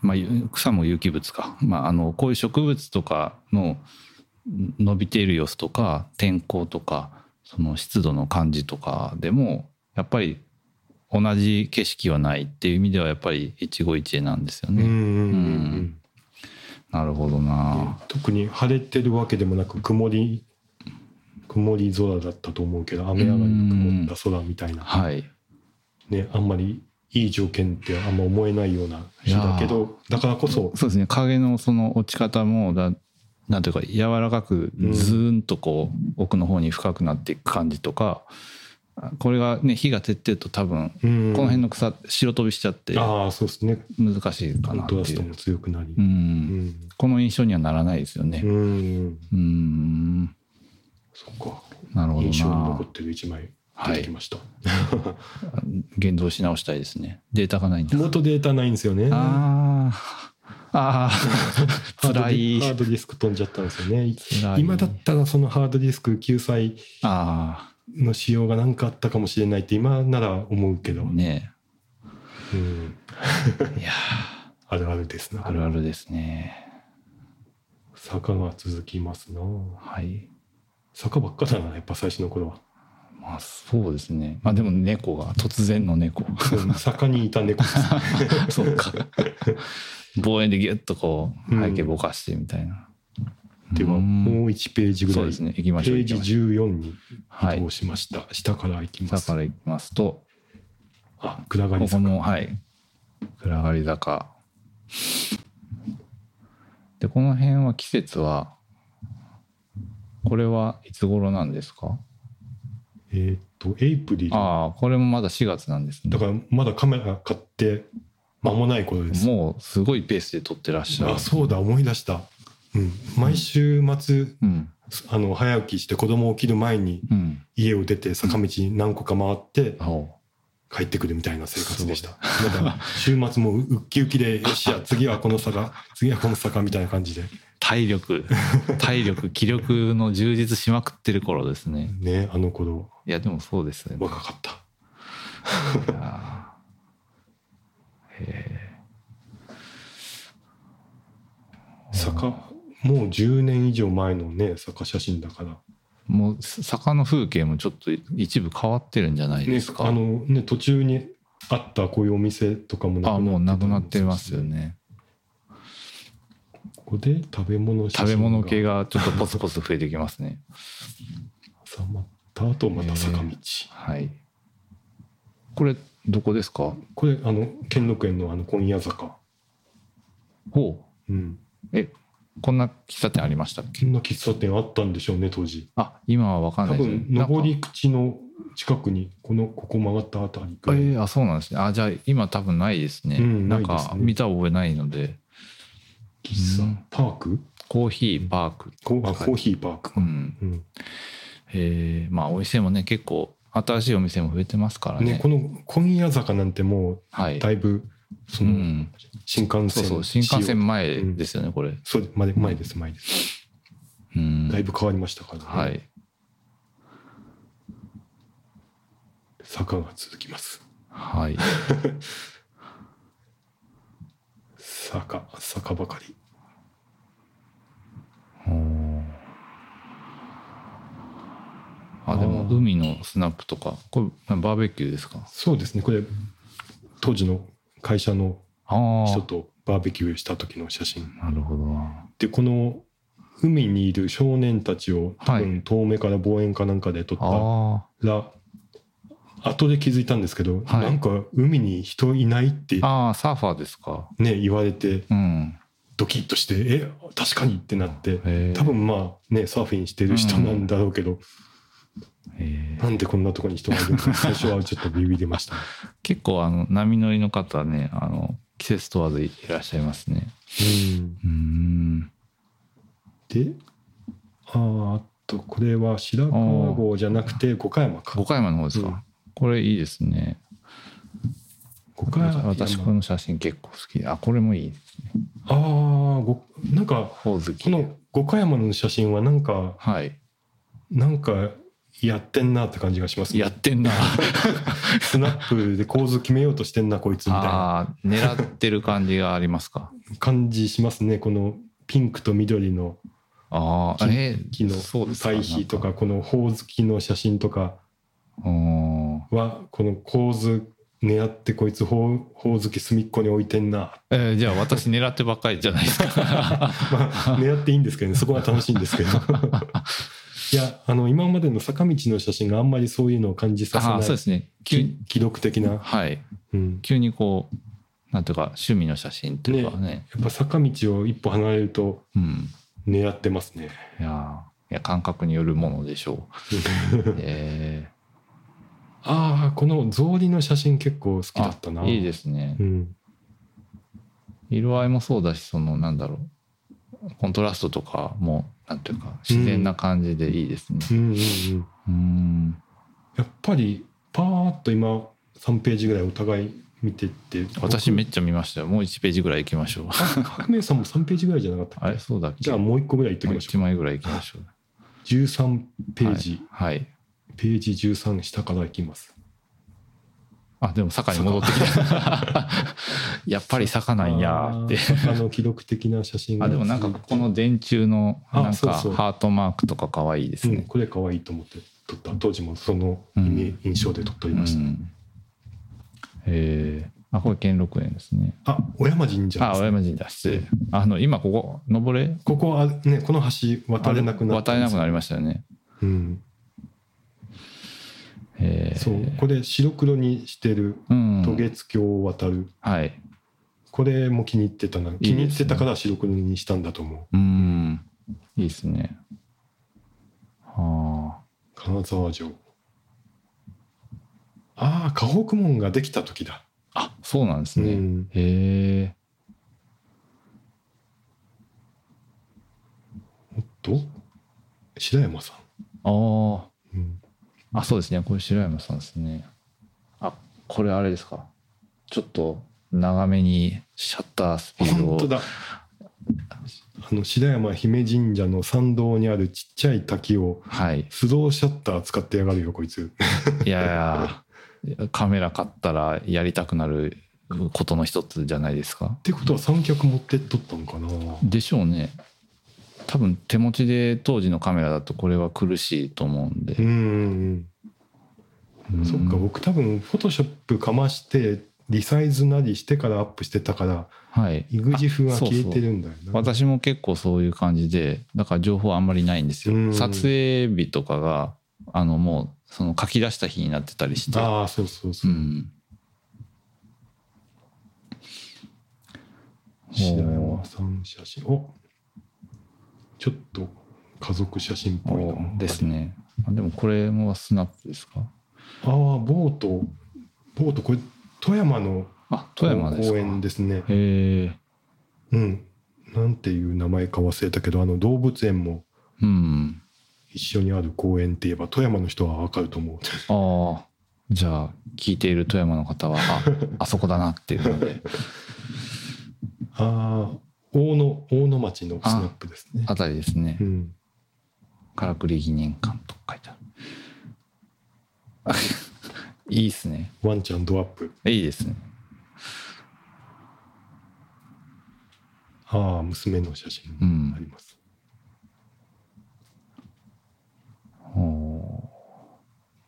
Speaker 2: まあ、ゆ草も有機物か、まあ、あのこういう植物とかの伸びている様子とか天候とかその湿度の感じとかでもやっぱり同じ景色はないっていう意味ではやっぱり一期一会なんですよ
Speaker 1: うんうん
Speaker 2: ね。
Speaker 1: うんう
Speaker 2: うん
Speaker 1: ん
Speaker 2: なるほどな。
Speaker 1: 特に晴れてるわけでもなく曇り曇り空だったと思うけど雨上がりの曇った空みたいな、
Speaker 2: はい。
Speaker 1: ね、あんまりいい条件ってあんま思えないような日だけどだからこそ
Speaker 2: そうですね影のその落ち方もだなんていうか柔らかくズーンとこう奥の方に深くなっていく感じとかあこれがね火が照ってると多分
Speaker 1: こ
Speaker 2: この辺の草白飛びしちゃって
Speaker 1: ああそうですね
Speaker 2: 難しいか
Speaker 1: コ
Speaker 2: なっ
Speaker 1: ン
Speaker 2: て
Speaker 1: トラス
Speaker 2: い
Speaker 1: ト
Speaker 2: う
Speaker 1: も。強くなり
Speaker 2: う
Speaker 1: うんん
Speaker 2: この印象にはならないですよね。
Speaker 1: うん
Speaker 2: うーん、
Speaker 1: そっか
Speaker 2: なるほど
Speaker 1: 印象に残
Speaker 2: な
Speaker 1: っ。てる一枚
Speaker 2: は
Speaker 1: 出てき
Speaker 2: い、
Speaker 1: ました、
Speaker 2: 現像し直したいですね。データがないんだ。
Speaker 1: 元データないんですよね
Speaker 2: ああ、ああ、
Speaker 1: ハー <laughs> ドデ
Speaker 2: 辛い。
Speaker 1: ハードディスク飛んじゃったんですよね
Speaker 2: 辛い
Speaker 1: 今だったらそのハードディスク救済
Speaker 2: あ
Speaker 1: の仕様が何かあったかもしれないって今なら思うけど、
Speaker 2: あ、ね
Speaker 1: うん、
Speaker 2: え。いや
Speaker 1: <laughs> あるあるですな
Speaker 2: ー、あるあるですね。
Speaker 1: 坂が続きますな
Speaker 2: はい。
Speaker 1: 坂ばっかだなやっぱ最初の頃は
Speaker 2: まあ、そうですね。まあ、でも猫が、突然
Speaker 1: <laughs>
Speaker 2: の猫。
Speaker 1: うん坂にいた猫です
Speaker 2: そうか。望遠でギュッとこう、背景ぼかしてみたいな。
Speaker 1: では
Speaker 2: うん
Speaker 1: もう1ページぐ
Speaker 2: そ
Speaker 1: ら
Speaker 2: う
Speaker 1: い、
Speaker 2: ですね。行き
Speaker 1: ペ
Speaker 2: ましょう。
Speaker 1: ー
Speaker 2: 行き
Speaker 1: ジ
Speaker 2: ましょ
Speaker 1: 14に
Speaker 2: うは
Speaker 1: 移
Speaker 2: い
Speaker 1: 動。しました、下から行きま
Speaker 2: 下
Speaker 1: す
Speaker 2: から行きますと。
Speaker 1: あ暗がり
Speaker 2: ここ
Speaker 1: 坂
Speaker 2: もはい暗がり坂でこの辺は季節はこれはいつ頃なんですか
Speaker 1: えーっとエイプリルだ
Speaker 2: ああこれもまだ4月なんですね
Speaker 1: からまだカメラ買って間もない頃です
Speaker 2: もうすごいペースで撮ってらっしゃる
Speaker 1: あそうだ思い出した、うん、毎週末
Speaker 2: うん
Speaker 1: あの早起きして子供を起きる前に
Speaker 2: うん
Speaker 1: 家を出て坂道何個か回って
Speaker 2: あお
Speaker 1: 帰ってくるみたいな生活でしただから週末もうウッキウキでよっしゃ次はこの坂次はこの坂みたいな感じで
Speaker 2: 体 <laughs> 力体力気力の充実しまくってる頃ですね
Speaker 1: ねあの頃
Speaker 2: いやでもそうですよね
Speaker 1: 若かった
Speaker 2: いやーへー
Speaker 1: 坂もう10年以上前のね坂写真だから
Speaker 2: もう坂の風景もちょっと一部変わってるんじゃないで
Speaker 1: ね
Speaker 2: すか。
Speaker 1: あのね途中にあったこういうお店とかも
Speaker 2: あもうなくなってますよ
Speaker 1: ね
Speaker 2: ね。
Speaker 1: ここで食べ物写
Speaker 2: 食べ
Speaker 1: 真
Speaker 2: 物系がちょっとポツポツ増えてきますね。
Speaker 1: 収まった後また坂道、
Speaker 2: はい。これどこですか。
Speaker 1: これあの兼六園のあの今夜坂
Speaker 2: ほ
Speaker 1: うん
Speaker 2: う。えこんな喫茶店ありましたっけ。
Speaker 1: こんな喫茶店あったんでしょうね当時
Speaker 2: あ今はわかん
Speaker 1: 多
Speaker 2: ないです、
Speaker 1: 分上り口の近くにこのここ曲がったあたり
Speaker 2: な
Speaker 1: くら
Speaker 2: んか
Speaker 1: い、
Speaker 2: えーあそうなんですね。あじゃあ今多分ないですね。
Speaker 1: うんない
Speaker 2: なん
Speaker 1: で
Speaker 2: か
Speaker 1: すね
Speaker 2: 見た覚えないので
Speaker 1: 喫茶、
Speaker 2: うん
Speaker 1: パーク
Speaker 2: コーヒーパーク。
Speaker 1: こうあ
Speaker 2: はい
Speaker 1: コーヒーパーク
Speaker 2: う
Speaker 1: か、
Speaker 2: ん。
Speaker 1: うん
Speaker 2: えー、まあお店もね結構新しいお店も増えてますからね。
Speaker 1: ね、この今夜坂なんても
Speaker 2: は
Speaker 1: う
Speaker 2: い。
Speaker 1: だいぶそうの
Speaker 2: ん。
Speaker 1: 新幹線、
Speaker 2: そうそう新幹線前ですよね、これ。
Speaker 1: そうまで前です前です
Speaker 2: うん
Speaker 1: だいぶ変わりましたからね、
Speaker 2: はい。
Speaker 1: 坂が続きます
Speaker 2: はい。
Speaker 1: 坂坂ばかり
Speaker 2: あでも海のスナップとかこれバーベキューですか。
Speaker 1: そうですねこれ当時の会社の
Speaker 2: あ
Speaker 1: 人とバーベキューした時の写真
Speaker 2: あ。なるほどな。
Speaker 1: でこの海にいる少年たちを多
Speaker 2: は
Speaker 1: 分遠目から望遠かなんかで撮った
Speaker 2: あ
Speaker 1: ら、後で気づいたんですけど、
Speaker 2: はい
Speaker 1: なんか海に人いないって
Speaker 2: あ。ああサーファーですか。
Speaker 1: ね言われて
Speaker 2: うん。
Speaker 1: ドキッとしてえ確かにってなって
Speaker 2: へー
Speaker 1: 多。分まあねサーフィンしてる人なんだろうけど、
Speaker 2: へー
Speaker 1: なんでこんなとこに人がい
Speaker 2: <laughs>
Speaker 1: るのか最初はちょっとビビりました、ね、
Speaker 2: 結構あの波乗りの方はねあの季節問わずいらっしゃいますね。
Speaker 1: うん
Speaker 2: うーん。
Speaker 1: であーあとこれは白川郷じゃなくて五箇山か
Speaker 2: 五箇山の方ですか、
Speaker 1: うん
Speaker 2: これいいですね
Speaker 1: 五箇山
Speaker 2: 私この写真結構好きであこれもいい
Speaker 1: ああごなんか
Speaker 2: ほおずき
Speaker 1: この五箇山の写真はなんか
Speaker 2: はい
Speaker 1: なんかやってんなって感じがします、
Speaker 2: やってんな
Speaker 1: スナップで構図決めようとしてんなこいつみたいな
Speaker 2: あー狙ってる感じがありますか
Speaker 1: 感じしますねこのピンクと緑の
Speaker 2: ああ
Speaker 1: き
Speaker 2: え
Speaker 1: 木の
Speaker 2: そうです
Speaker 1: 対比と
Speaker 2: なん
Speaker 1: かこのほおずきの写真とか
Speaker 2: うーん
Speaker 1: はこの構図狙ってこいつほうほおずき隅っこに置いてんな
Speaker 2: えーじゃあ私狙ってばっかりじゃないですか
Speaker 1: ま
Speaker 2: <laughs>
Speaker 1: あ、狙っていいんですけどね、そこは楽しいんですけど。いや、あの、今までの坂道の写真があんまり <laughs> そういうのを感じさせ
Speaker 2: ああそう
Speaker 1: ない、
Speaker 2: ですね急
Speaker 1: き
Speaker 2: に
Speaker 1: 記録的な。
Speaker 2: はい
Speaker 1: うん。
Speaker 2: 急にこうなんていうか趣味の写真というかね
Speaker 1: やっぱ坂道を一歩離れると
Speaker 2: うん
Speaker 1: 狙ってますね。
Speaker 2: いやーいや感覚によるもので
Speaker 1: <laughs>
Speaker 2: しょうえ
Speaker 1: ああ、この草履の写真結構好き
Speaker 2: ー
Speaker 1: だったな。
Speaker 2: あいいですね
Speaker 1: うん。
Speaker 2: 色合いもそうだしそのなんだろうコントラストとかもなんていうか自然な感じでいいですね
Speaker 1: うんうんうん。
Speaker 2: うん
Speaker 1: やっぱり、パーっと今、3ページぐらいお互い見てって。
Speaker 2: 私め
Speaker 1: っ
Speaker 2: っちゃ見ましたよもう1ページぐらい行き
Speaker 1: <laughs>
Speaker 2: ましょう
Speaker 1: 革命さんも3ページぐらいじゃなかったっけ
Speaker 2: あれそうだっけ
Speaker 1: じゃあもう一個ぐらいいっとき
Speaker 2: もう
Speaker 1: ましょ
Speaker 2: 1枚ぐらい行きましょう
Speaker 1: う。13ページ、
Speaker 2: はい、はい
Speaker 1: ページ13下からいきます。
Speaker 2: あでも坂に戻ってきたやっぱり坂なんやーって
Speaker 1: あー。あの記録的な写真
Speaker 2: あでもなんか
Speaker 1: ついて
Speaker 2: この電柱の
Speaker 1: あ
Speaker 2: なん
Speaker 1: そう
Speaker 2: か
Speaker 1: そう
Speaker 2: ハートマークとか可愛いです
Speaker 1: うん
Speaker 2: ね
Speaker 1: これ可愛いと思って撮った。当時もそのイ
Speaker 2: うん
Speaker 1: メ印象で撮ってお
Speaker 2: う
Speaker 1: りました。
Speaker 2: んえーあこれ兼六園ですね
Speaker 1: あ、小山神社
Speaker 2: あ
Speaker 1: です
Speaker 2: 青
Speaker 1: ね。
Speaker 2: 山神社失礼あの今ここ登れ
Speaker 1: ここはね、この橋渡れなくなった
Speaker 2: 渡れなくなり
Speaker 1: ま
Speaker 2: ましたよね
Speaker 1: す。うん。
Speaker 2: えー
Speaker 1: そう、これ白黒にしてる
Speaker 2: うん
Speaker 1: 渡月橋を渡る。
Speaker 2: はい
Speaker 1: これも気に入ってたな。
Speaker 2: です
Speaker 1: 気
Speaker 2: ね
Speaker 1: に入ってたから白黒にしたんだと思
Speaker 2: うんいいですねは
Speaker 1: う。金沢城。ああ、河北門ができた時だ。
Speaker 2: ああそうなんです
Speaker 1: う
Speaker 2: ね、
Speaker 1: ん。
Speaker 2: へえ
Speaker 1: おっと白山さ
Speaker 2: ああ
Speaker 1: ん。うん
Speaker 2: あそうですねこれ白山さんですねあこれあれですかちょっと長めにシャッタースピード
Speaker 1: 本
Speaker 2: を
Speaker 1: 当だあの白山姫神社の参道にあるちっちゃい滝を
Speaker 2: はい
Speaker 1: スローシャッター使ってやがるよこいつ
Speaker 2: いやいやカメラ買ったらやりたくなることの一つじゃないですか
Speaker 1: ってことは三脚持ってっとったのかな
Speaker 2: でしょうね多分手持ちで当時のカメラだとこれは苦しいと思うんで
Speaker 1: うん、うん
Speaker 2: う
Speaker 1: うんん、そっか僕多分フォトショップかましてリサイズなりしてからアップしてたから
Speaker 2: はい
Speaker 1: イグジフは
Speaker 2: あそう
Speaker 1: 消
Speaker 2: そう
Speaker 1: えてるんだよな
Speaker 2: 私も結構そういう感じでだから情報あんまりないんです
Speaker 1: う
Speaker 2: よ
Speaker 1: ん
Speaker 2: 撮影日とかがあのもうその書き出した日になってたりして
Speaker 1: ああそうそう
Speaker 2: う
Speaker 1: そう、
Speaker 2: ん
Speaker 1: 白山さん写真おちょっと家族写真っぽいな
Speaker 2: ですねあでもこれもスナップですか
Speaker 1: ああボートボートこれ富山の
Speaker 2: あ富山です
Speaker 1: 公
Speaker 2: か
Speaker 1: 園ですね。
Speaker 2: へえ
Speaker 1: うん。なんていう名前か忘れたけど、あの動物園も
Speaker 2: うん
Speaker 1: 一緒にある公園って言えば、富山の人はわかると思う。
Speaker 2: ああじゃあ聞いている富山の方
Speaker 1: <laughs>
Speaker 2: はああそこだなっていうので
Speaker 1: ああ、大野、大野町のスナップですね。
Speaker 2: あたりですね
Speaker 1: うん。
Speaker 2: からくり記念館と書いてあるあ <laughs> いいですね
Speaker 1: ワンちゃんドアップ。
Speaker 2: いいですね
Speaker 1: ああ、娘の写真
Speaker 2: うん
Speaker 1: あります。
Speaker 2: お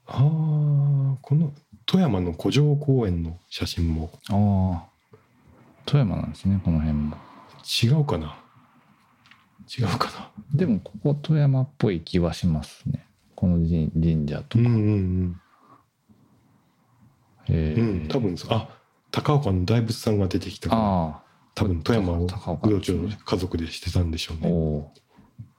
Speaker 1: ああ、この富山の古城公園の写真も
Speaker 2: ーあー富山なんですねこの辺も
Speaker 1: 違うかな違うか
Speaker 2: でもここ富山っぽい気はしますねこの神神社と
Speaker 1: なう
Speaker 2: か、
Speaker 1: んうん
Speaker 2: え
Speaker 1: うん。う
Speaker 2: ー
Speaker 1: ん、多分そう。あ、高岡の大仏さんが出てきたから。
Speaker 2: あ
Speaker 1: 多分富山を
Speaker 2: 高岡
Speaker 1: う
Speaker 2: で
Speaker 1: ろち
Speaker 2: す
Speaker 1: ょ
Speaker 2: ね
Speaker 1: ろ家族でしてたんでしょう
Speaker 2: あ
Speaker 1: ね
Speaker 2: おお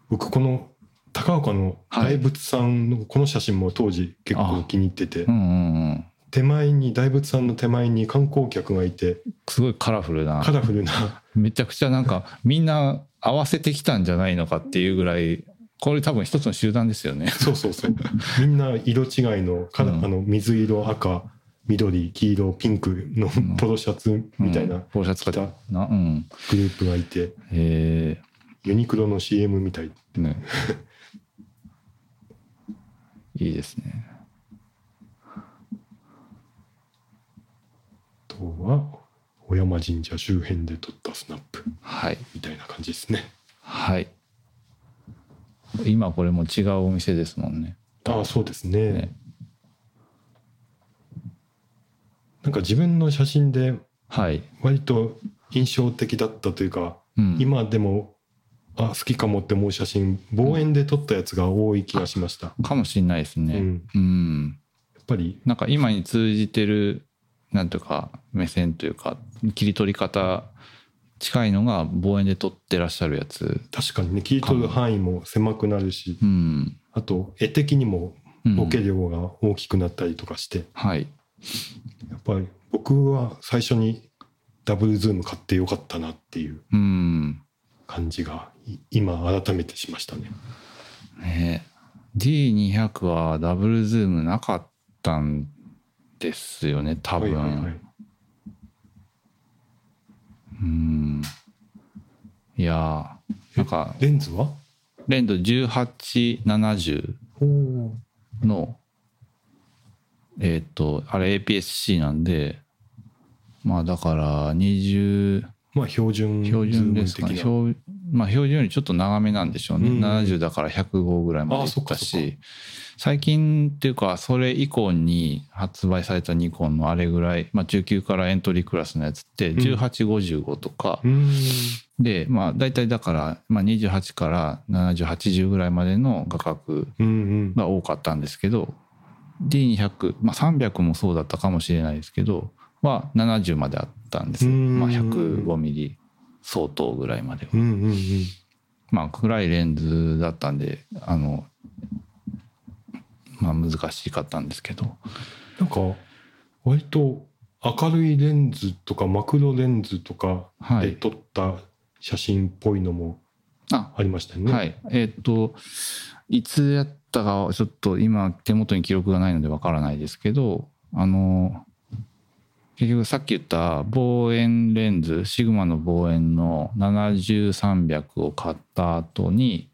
Speaker 1: 僕この高岡の大仏さんのこの写真も当時結構気に入ってて、
Speaker 2: ーうんうんうん
Speaker 1: 手前に大仏さんの手前に観光客がいて
Speaker 2: すごいカラフルな
Speaker 1: カラフルな
Speaker 2: <laughs> めちゃくちゃなんかみんな合わせてきたんじゃないのかっていうぐらいこれ多分一つの集団ですよね。
Speaker 1: そうそうそう。みんな色違いの、か
Speaker 2: うん
Speaker 1: あの水色、赤、緑、黄色、ピンクの
Speaker 2: ん
Speaker 1: ポロシャツ <laughs> みたい
Speaker 2: うん
Speaker 1: な
Speaker 2: ポロシャツ
Speaker 1: 着
Speaker 2: 買ったてなうん
Speaker 1: グループがいて、
Speaker 2: へ
Speaker 1: ユニクロの CM みたい。
Speaker 2: えね <laughs> いいですね
Speaker 1: あとは、小山神社周辺で撮ったスナップ
Speaker 2: はい
Speaker 1: みたいな感じですね。
Speaker 2: はい今これも違うお店ですもんね
Speaker 1: ああ、そうですね。
Speaker 2: ね
Speaker 1: なんか自分の写真で
Speaker 2: はい、
Speaker 1: 割と印象的だったというか、
Speaker 2: うん、
Speaker 1: 今でも、あ、好きかもって思う写真、望遠で撮ったやつが多い気がしました。
Speaker 2: かもしれないです
Speaker 1: う
Speaker 2: ね
Speaker 1: ん。
Speaker 2: うん、
Speaker 1: やっぱり
Speaker 2: なんか今に通じてるなんとか目線というか切り取り方近いのが望遠で撮ってらっしゃるやつ
Speaker 1: 確かにね切り取る範囲も狭くなるし
Speaker 2: うん、
Speaker 1: あと絵的にも
Speaker 2: うん、
Speaker 1: ボケ量が大きくなったりとかして、
Speaker 2: はい
Speaker 1: やっぱり僕は最初にダブルズーム買ってよかったなっていう
Speaker 2: うん
Speaker 1: 感じがい今改めてしましたね
Speaker 2: ね D200 はダブルズームなかったんですよね多分、
Speaker 1: はいはいはい、
Speaker 2: うんいやーなんか
Speaker 1: レンズは
Speaker 2: レンド1870
Speaker 1: お
Speaker 2: のえっ、とあれ APS-C なんでまあだから20
Speaker 1: まあ標準
Speaker 2: 標準ですかね
Speaker 1: ズーム
Speaker 2: 標,、まあ、標準よりちょっと長めなんでしょうね、
Speaker 1: うん
Speaker 2: 70だから105ぐらいまでい
Speaker 1: あそ
Speaker 2: っ
Speaker 1: っか
Speaker 2: た
Speaker 1: そっ
Speaker 2: し最近っていうかそれ以降に発売されたニコンのあれぐらい、まあ、19からエントリークラスのやつって
Speaker 1: ん
Speaker 2: 1855とか、
Speaker 1: 的には
Speaker 2: でまあ大体だから、まあ、28から7080ぐらいまでの画角
Speaker 1: うーんうんうん
Speaker 2: が多かったんですけど D200、まあ、300もそうだったかもしれないですけどは70まであったんです、
Speaker 1: うん
Speaker 2: まあ、105ミリ相当ぐらいまでは
Speaker 1: うんうんうん
Speaker 2: まあ暗いレンズだったんであのまあ難しかったんですけど
Speaker 1: なんか割と明るいレンズとかマクロレンズとか
Speaker 2: は
Speaker 1: で
Speaker 2: い
Speaker 1: 撮った写真っぽいのも
Speaker 2: あ
Speaker 1: ありましたよね、
Speaker 2: はいえーっといつやったかちょっと今手元に記録がないのでわからないですけどあの結局さっき言った望遠レンズシグマの望遠の70300を買った後に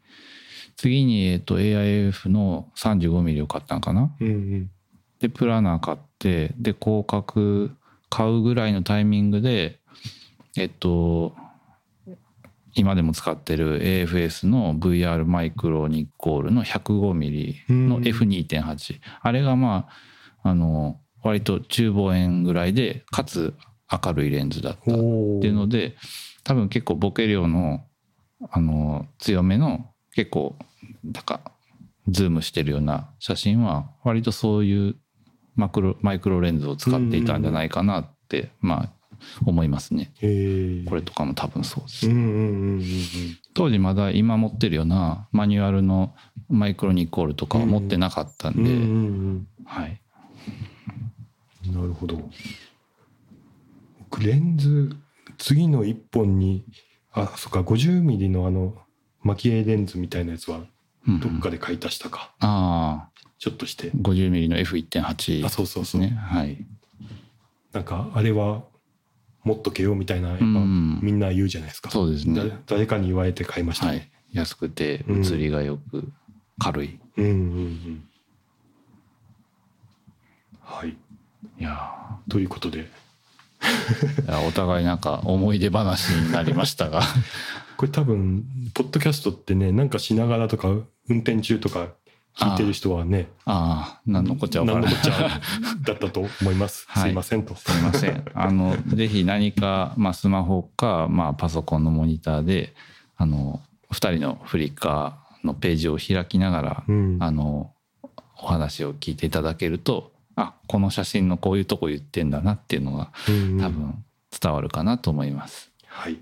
Speaker 2: 次に、えーっと AIF の 35mm を買ったのかな
Speaker 1: うんうん
Speaker 2: でプラナー買ってで広角買うぐらいのタイミングでえっと今でも使ってる AFS の VR マイクロニッコールの 105mm の
Speaker 1: うん
Speaker 2: F2.8、あれがまああの割と中望遠ぐらいでかつ明るいレンズだったっ
Speaker 1: おー
Speaker 2: ていうので多分結構ボケ量のあの強めの結構なんかズームしてるような写真は割とそういうマクロマイクロレンズを使っていたんじゃないかなって、まあ思いますね
Speaker 1: へー
Speaker 2: これとかも多分そうです、
Speaker 1: うんうんうんうんうん
Speaker 2: 当時まだ今持ってるようなマニュアルのマイクロニコールとかは持ってなかったん
Speaker 1: うん
Speaker 2: で、
Speaker 1: うん
Speaker 2: はい
Speaker 1: うんなるほど僕レンズ次の1本にあそっか 50mm のあの巻き絵レンズみたいなやつは
Speaker 2: うんうん
Speaker 1: どっかで買い足したか、
Speaker 2: ああ
Speaker 1: ちょっとして
Speaker 2: 50mm の F1.8
Speaker 1: あそうそうそう、
Speaker 2: ねはい
Speaker 1: なんかあれは持っとけよみたいなやっぱ
Speaker 2: うん
Speaker 1: みんな言うじゃないですか、
Speaker 2: そうです
Speaker 1: 誰
Speaker 2: ね
Speaker 1: 誰かに言われて買いました、
Speaker 2: はい安くて写りがよく軽い、
Speaker 1: うんうんうんはい
Speaker 2: いやー
Speaker 1: ということで
Speaker 2: いやお互いなんか思い出話になりました
Speaker 1: <laughs>
Speaker 2: が
Speaker 1: これ多分ポッドキャストってねなんかしながらとか運転中とか聞いてる人はね
Speaker 2: ああ何のこっちゃ
Speaker 1: 何
Speaker 2: 分から
Speaker 1: のこ
Speaker 2: な
Speaker 1: っ
Speaker 2: い
Speaker 1: ちゃだったと思います、
Speaker 2: <laughs> はい
Speaker 1: すいませんと
Speaker 2: すいませんあのぜひ何か、まあ、スマホか、まあ、パソコンのモニターであの2人のフリカのページを開きながら、
Speaker 1: うん
Speaker 2: あのお話を聞いていただけるとあこの写真のこういうとこ言ってんだなっていうのが
Speaker 1: うん
Speaker 2: 多分伝わるかなと思います。
Speaker 1: はいい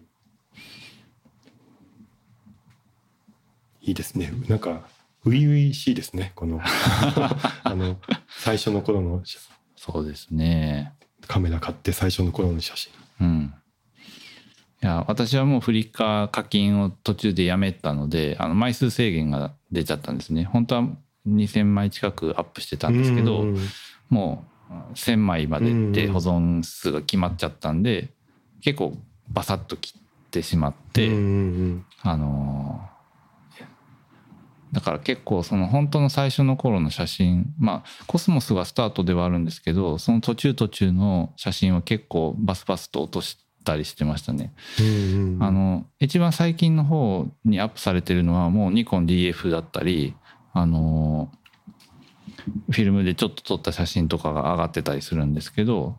Speaker 1: いですねなんか初々しいですね <laughs> このあの最初の頃の写
Speaker 2: そうですね
Speaker 1: カメラ買って最初の頃の写真
Speaker 2: うん。いや私はもうフリッカー課金を途中でやめたのであの枚数制限が出ちゃったんですね本当は2000枚近くアップしてたんですけど、
Speaker 1: うん
Speaker 2: もう1,000枚までって
Speaker 1: うん
Speaker 2: 保存数が決まっちゃったんで、結構バサッと切ってしまって、
Speaker 1: うんうん
Speaker 2: あのーだから結構その本当の最初の頃の写真まあコスモスがスタートではあるんですけどその途中途中の写真は結構バスバスと落としたりしてましたね。
Speaker 1: うんうん
Speaker 2: あの一番最近の方にアップされてるのはもうニコン DF だったりあのフィルムでちょっと撮った写真とかが上がってたりするんですけど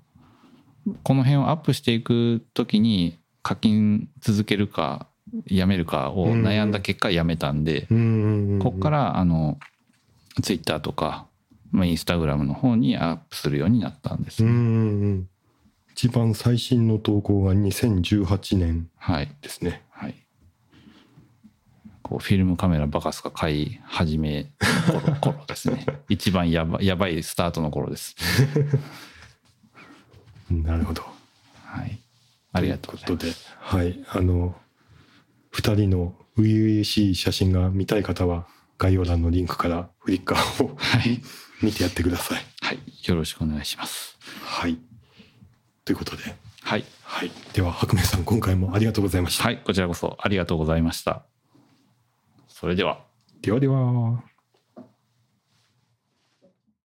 Speaker 2: この辺をアップしていく時に課金続けるかやめるかを悩んだ結果やめたんで、
Speaker 1: うんうんうん
Speaker 2: こっからあの Twitter とか、まあ、Instagram の方にアップするようになったんです
Speaker 1: う
Speaker 2: ね、
Speaker 1: んうんうん一番最新の投稿が2018年
Speaker 2: はい
Speaker 1: ですね
Speaker 2: はい、こうフィルムカメラバカスカ買い始めの頃頃です <laughs> ね一番やばやばいスタートの頃です、
Speaker 1: なるほど
Speaker 2: はい、ありがとうございま
Speaker 1: ということで、はい、あの2人の初々しい写真が見たい方は概要欄のリンクからフリッカーを
Speaker 2: す、はい
Speaker 1: <laughs> 見てやってください。
Speaker 2: はい、よろしくお願いします
Speaker 1: はい、ということで、
Speaker 2: はい、
Speaker 1: はい、では白明さん今回もありがとうございました。
Speaker 2: はい、こちらこそありがとうございましたそれでは
Speaker 1: ではでは。